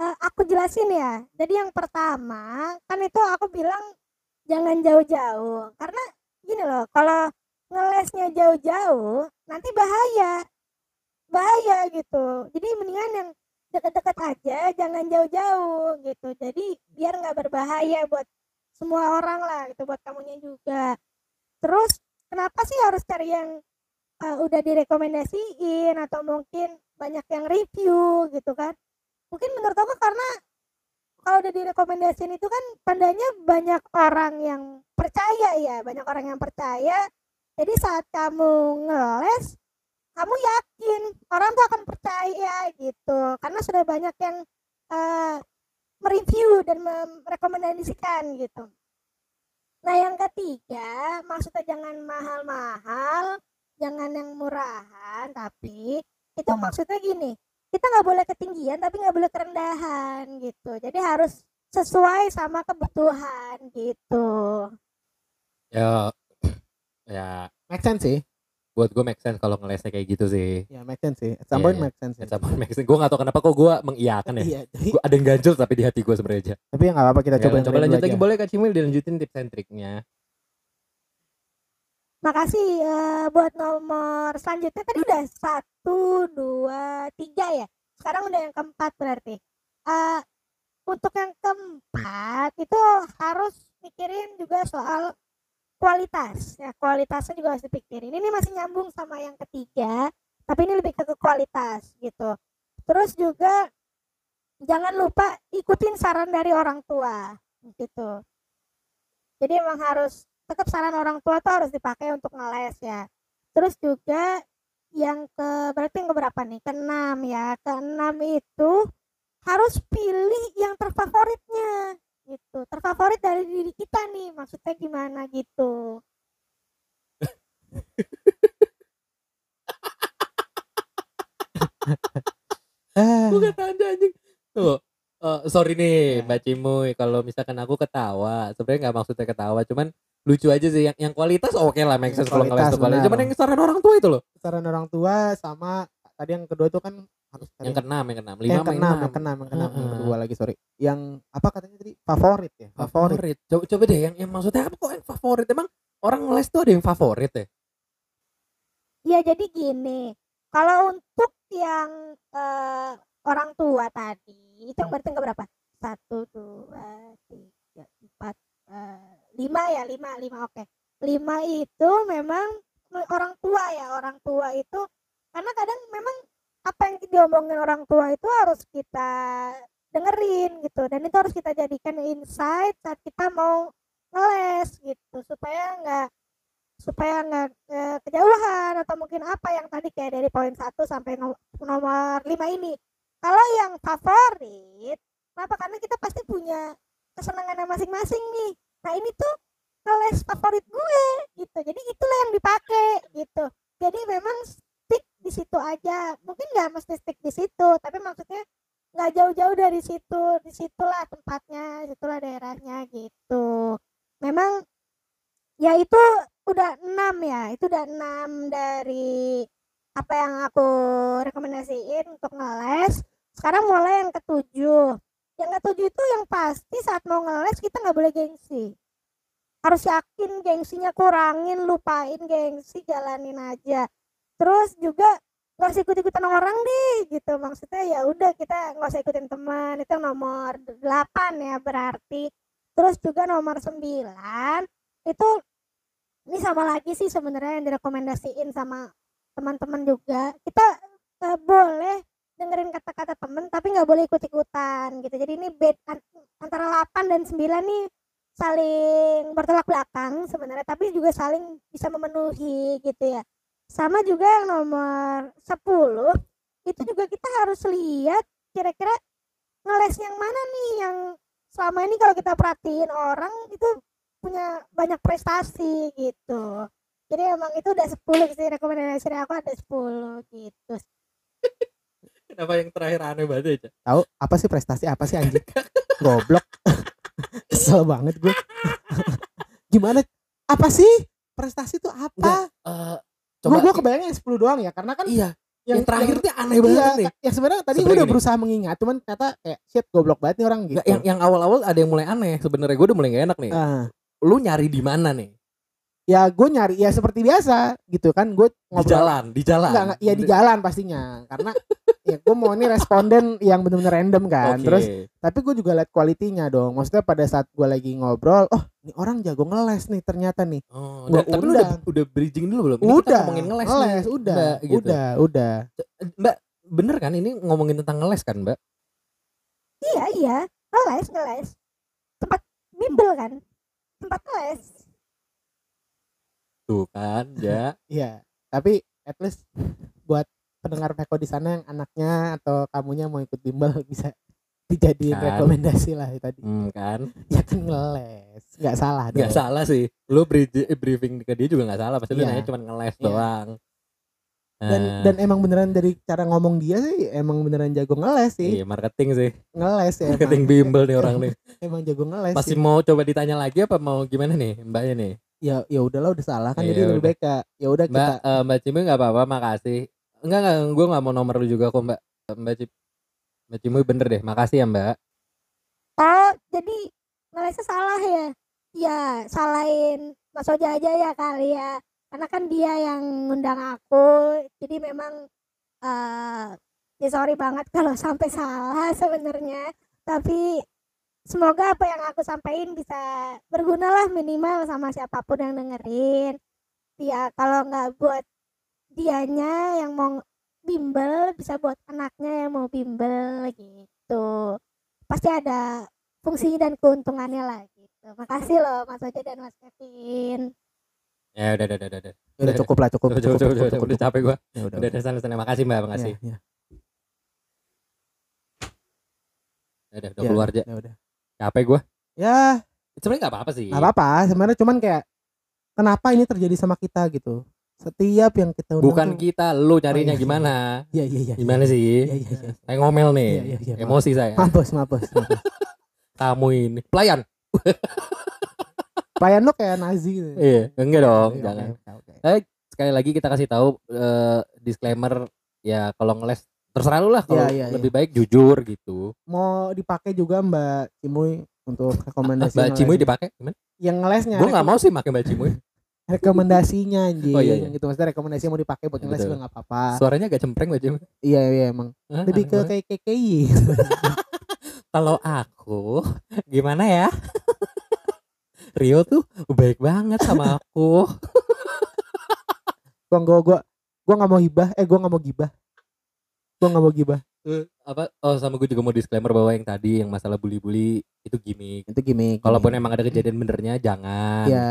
C: aku jelasin ya. Jadi yang pertama kan itu aku bilang jangan jauh-jauh karena gini loh kalau ngelesnya jauh-jauh nanti bahaya bahaya gitu. Jadi mendingan yang deket-deket aja jangan jauh-jauh gitu. Jadi biar nggak berbahaya buat semua orang lah gitu buat kamunya juga. Terus kenapa sih harus cari yang eh, udah direkomendasiin atau mungkin banyak yang review gitu kan? mungkin menurut aku karena kalau udah direkomendasiin itu kan tandanya banyak orang yang percaya ya banyak orang yang percaya jadi saat kamu ngeles kamu yakin orang tuh akan percaya gitu karena sudah banyak yang eh, mereview dan merekomendasikan gitu nah yang ketiga maksudnya jangan mahal-mahal jangan yang murahan tapi itu maksudnya gini kita nggak boleh ketinggian tapi nggak boleh kerendahan gitu jadi harus sesuai sama kebutuhan gitu
B: Ya ya
A: Make sense sih.
B: buat gue make sense kalau ngelesnya kayak gitu sih.
A: Ya make sense sih. At some point
B: Iya, iya.
A: make sense sih.
B: Ya, sama make sense. Gue gak tau kenapa kok gue mengiyakan ya.
A: Iya. jadi-
B: Gue ada yang ganjel tapi di hati gue sebenarnya aja.
A: tapi ya nggak apa-apa kita
B: Ya,
A: coba. yang
B: coba
A: lain
B: lanjut
A: dulu
B: lagi
A: aja.
B: boleh Kak Cimuy dilanjutin tips and triknya.
C: makasih eh, buat nomor selanjutnya tadi udah satu dua tiga ya sekarang udah yang keempat berarti Eh, untuk yang keempat itu harus mikirin juga soal kualitas ya kualitasnya juga harus dipikirin ini masih nyambung sama yang ketiga tapi ini lebih ke, ke kualitas gitu terus juga jangan lupa ikutin saran dari orang tua gitu jadi emang harus tetap saran orang tua tuh harus dipakai untuk ngeles ya terus juga yang ke berarti yang keberapa nih keenam ya keenam itu harus pilih yang terfavoritnya gitu terfavorit dari diri kita nih maksudnya gimana gitu
A: Ah,
B: Bukan tanda anjing. Tuh. eh, sorry
A: Ya.
B: nih Mbak Cimuy kalau misalkan aku ketawa sebenarnya nggak maksudnya ketawa cuman lucu aja sih yang yang kualitas oke lah make
A: Yang
B: sense kalau
A: kualitas,
B: kualitas kualitas
A: benar.
B: cuman yang saran orang tua itu loh
A: saran orang tua sama tadi yang kedua itu kan harus
B: yang keenam yang keenam lima
A: yang
B: sama
A: keenam,
B: enam.
A: yang keenam, yang keenam, yang
B: Heeh.
A: kedua lagi sorry. Yang apa katanya tadi? Favorit ya, favorit.
B: favorit coba, coba deh yang yang maksudnya apa kok yang favorit emang orang les tuh ada yang favorit ya
C: ya jadi gini kalau untuk yang eh, orang tua tadi itu yang berarti yang berapa satu dua tiga empat eh, lima ya lima lima oke lima itu memang orang tua ya orang tua itu karena kadang memang apa yang diomongin orang tua itu harus kita dengerin gitu dan itu harus kita jadikan insight saat kita mau ngeles gitu supaya nggak supaya nggak eh, kejauhan atau mungkin apa yang tadi kayak dari poin satu sampai no- nomor lima ini kalau yang favorit kenapa karena kita pasti punya kesenangannya masing-masing nih nah ini tuh kelas favorit gue gitu jadi itulah yang dipakai gitu jadi memang stick di situ aja mungkin nggak mesti stick di situ tapi maksudnya nggak jauh-jauh dari situ disitulah tempatnya disitulah daerahnya gitu memang ya itu udah enam ya itu udah enam dari apa yang aku rekomendasiin untuk ngeles sekarang mulai yang ketujuh yang ketujuh itu yang pasti saat mau ngeles kita nggak boleh gengsi harus yakin gengsinya kurangin lupain gengsi jalanin aja terus juga nggak usah ikut ikutan orang deh gitu maksudnya ya udah kita nggak usah ikutin teman itu nomor delapan ya berarti terus juga nomor sembilan itu ini sama lagi sih sebenarnya yang direkomendasiin sama teman-teman juga kita eh, boleh dengerin kata-kata temen tapi nggak boleh ikut-ikutan gitu jadi ini bed an- antara 8 dan 9 nih saling bertolak belakang sebenarnya tapi juga saling bisa memenuhi gitu ya sama juga yang nomor 10 itu juga kita harus lihat kira-kira ngeles yang mana nih yang selama ini kalau kita perhatiin orang itu punya banyak prestasi gitu jadi emang itu udah 10 sih rekomendasi dari aku ada 10 gitu
B: kenapa yang terakhir aneh banget aja
A: Tahu apa sih prestasi apa sih anjing? Goblok. Kesel banget gue. Gimana? Apa sih? Prestasi itu apa?
B: Eh,
A: Gue
B: coba
A: gue kebayangnya yang 10 doang ya, karena kan
B: iya yang, terakhir tuh aneh
A: yang,
B: banget
A: iya,
B: nih
A: yang sebenarnya tadi gue
B: Sebenarnya
A: udah
B: gini.
A: berusaha mengingat, cuman ternyata kayak shit goblok banget nih orang gitu.
B: Nggak, yang yang awal-awal ada yang mulai aneh sebenarnya gue udah mulai gak enak nih
A: Ah.
B: lu nyari di mana nih
A: ya gue nyari ya seperti biasa gitu kan gue
B: di jalan di jalan
A: Enggak, enggak, ya di jalan pastinya karena ya gue mau ini responden yang benar-benar random kan
B: Oke.
A: terus tapi gue juga lihat kualitinya dong maksudnya pada saat gue lagi ngobrol oh ini orang jago ngeles nih ternyata nih
B: Oh,
A: Gua
B: dan- tapi lu udah,
A: undang.
B: udah bridging dulu belum? Ini kita
A: udah
B: ngomongin ngeles,
A: ngeles
B: nih.
A: udah
B: Mbak, gitu. Eh,
A: udah udah
B: Mbak, bener kan ini ngomongin tentang ngeles kan, Mbak?
C: iya iya ngeles ngeles tempat bimbel kan tempat ngeles
B: Tuh kan, ya.
A: iya tapi at least buat pendengar peko di sana yang anaknya atau kamunya mau ikut bimbel bisa dijadiin
B: Kan.
A: rekomendasi lah tadi
B: Hmm, kan.
A: ya kan ngeles nggak salah dong
B: Gak salah sih. Lu bridgi- eh, briefing ke dia juga gak salah, pasti lu
A: Iya.
B: nanya cuma ngeles
A: Iya.
B: doang.
A: dan
B: Nah,
A: dan emang beneran dari cara ngomong dia sih emang beneran jago ngeles sih
B: Iya, marketing sih.
A: ngeles ya
B: Marketing
A: emang.
B: bimbel nih orang nih.
A: emang jago ngeles
B: Masih
A: Iya sih.
B: mau coba ditanya lagi apa mau gimana nih, Mbaknya nih?
A: ya ya udahlah udah salah kan
B: Iya,
A: jadi lebih
B: udah.
A: baik ya ya udah
B: Mbak,
A: kita
B: eh, Mbak Cimu gak apa-apa, makasih. Enggak, enggak, gue gak mau nomor lu juga kok, Mbak. Mbak Cim Mbak Cimu bener deh, makasih ya, Mbak.
C: oh jadi ngelesnya salah ya ya salahin mas Oja aja ya kali ya karena kan dia yang ngundang aku jadi memang eh ya sorry banget kalau sampai salah sebenarnya tapi semoga apa yang aku sampaikan bisa berguna lah minimal sama siapapun yang dengerin ya kalau nggak buat dianya yang mau bimbel bisa buat anaknya yang mau bimbel gitu pasti ada fungsi dan keuntungannya lah gitu makasih loh Mas Ojo dan Mas Kevin
B: Ya udah, udah, udah, udah. udah.
A: ya udah cukup lah cukup
B: Coba, coba, coba, coba, udah capek
A: Ya
B: gue.
A: udah,
B: Udah, udah, sana, sana. Makasih, Mbak.
A: udah.
B: Makasih.
A: Ya, ya,
B: Udah, udah
A: ya,
B: keluar aja.
A: ya udah
B: Capek gue.
A: ya
B: Sebenarnya nggak apa-apa sih.
A: nggak apa-apa sebenarnya cuman kayak kenapa ini terjadi sama kita gitu setiap yang kita undang
B: Bukan
A: tuh-
B: kita, lu nyarinya
A: Oh, iya.
B: gimana?
A: iya iya iya
B: Gimana
A: iya
B: sih?
A: iya iya
B: Saya ngomel nih.
A: Iya, iya, iya, maaf.
B: Emosi saya.
A: mabos mabos mabos.
B: Kamu ini pelayan.
A: Payan lo kayak Nazi gitu
B: Iya, enggak dong,
A: Oke,
B: jangan.
A: oke, oke.
B: Sekali lagi kita kasih tahu eh, disclaimer ya kalau ngeles terserah lu lah kalau
A: Iya, iya,
B: lebih baik jujur gitu.
A: mau dipakai juga Mbak Cimuy untuk rekomendasi
B: Mbak Cimuy
A: ngeles.
B: dipakai gimana?
A: yang ngelesnya
B: Gue nggak mau sih pakai Mbak Cimuy.
A: Iya. rekomendasinya anjing
B: Oh, iya, iya.
A: gitu maksudnya rekomendasi yang mau dipakai buat ngeles
B: Betul.
A: juga nggak apa-apa
B: Suaranya agak cempreng Mbak Cimuy. Ah,
A: iya iya emang
B: Hah,
A: lebih
B: Kan aneh
A: ke
B: banget.
A: kayak
B: kalau aku gimana ya Rio tuh baik banget sama aku
A: gua gua gua gua nggak mau hibah eh gua nggak mau gibah gua nggak mau gibah
B: Eh, apa oh sama gue juga mau disclaimer bahwa yang tadi yang masalah bully-bully itu gimmick
A: itu gimmick
B: kalaupun emang ada kejadian benernya jangan Eh,
A: ya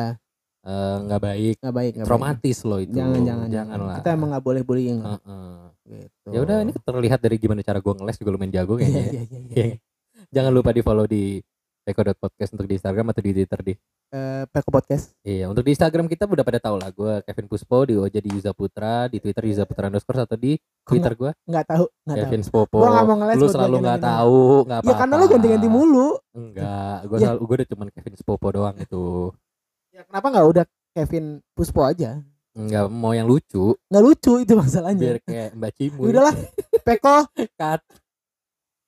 B: nggak baik
A: nggak baik nggak baik.
B: traumatis loh itu
A: jangan jangan
B: jangan lah
A: kita emang nggak boleh bullying lah.
B: gitu. Heeh.
A: gitu.
B: ya udah ini terlihat dari gimana cara gue ngeles juga lumayan jago
A: iya
B: kayaknya
A: iya iya
B: Iya.
A: iya.
B: jangan lupa di follow di Peko.podcast untuk di Instagram atau di Twitter di
A: Eh, Peko podcast
B: Iya, untuk di Instagram kita udah pada tahu lah. Gue Kevin Puspo, di Oja di Yuza Putra, di Twitter Yuza Putra underscore atau di
A: Kok
B: Twitter gue
A: nggak tahu nggak tahu
B: Kevin Spopo.
A: Gua nggak mau ngeles
B: Lu
A: buat
B: selalu nggak
A: ganti-ganti
B: tahu, nggak apa-apa.
A: ya karena lo ganti-ganti mulu
B: Enggak, gue
A: Ya.
B: selalu gue udah cuman Kevin Spopo doang gitu. itu.
A: ya kenapa nggak udah Kevin Puspo aja
B: Enggak mau yang lucu,
A: nggak lucu itu masalahnya
B: biar kayak Mbak Cimu. Kan
A: udahlah Peko
B: Cut.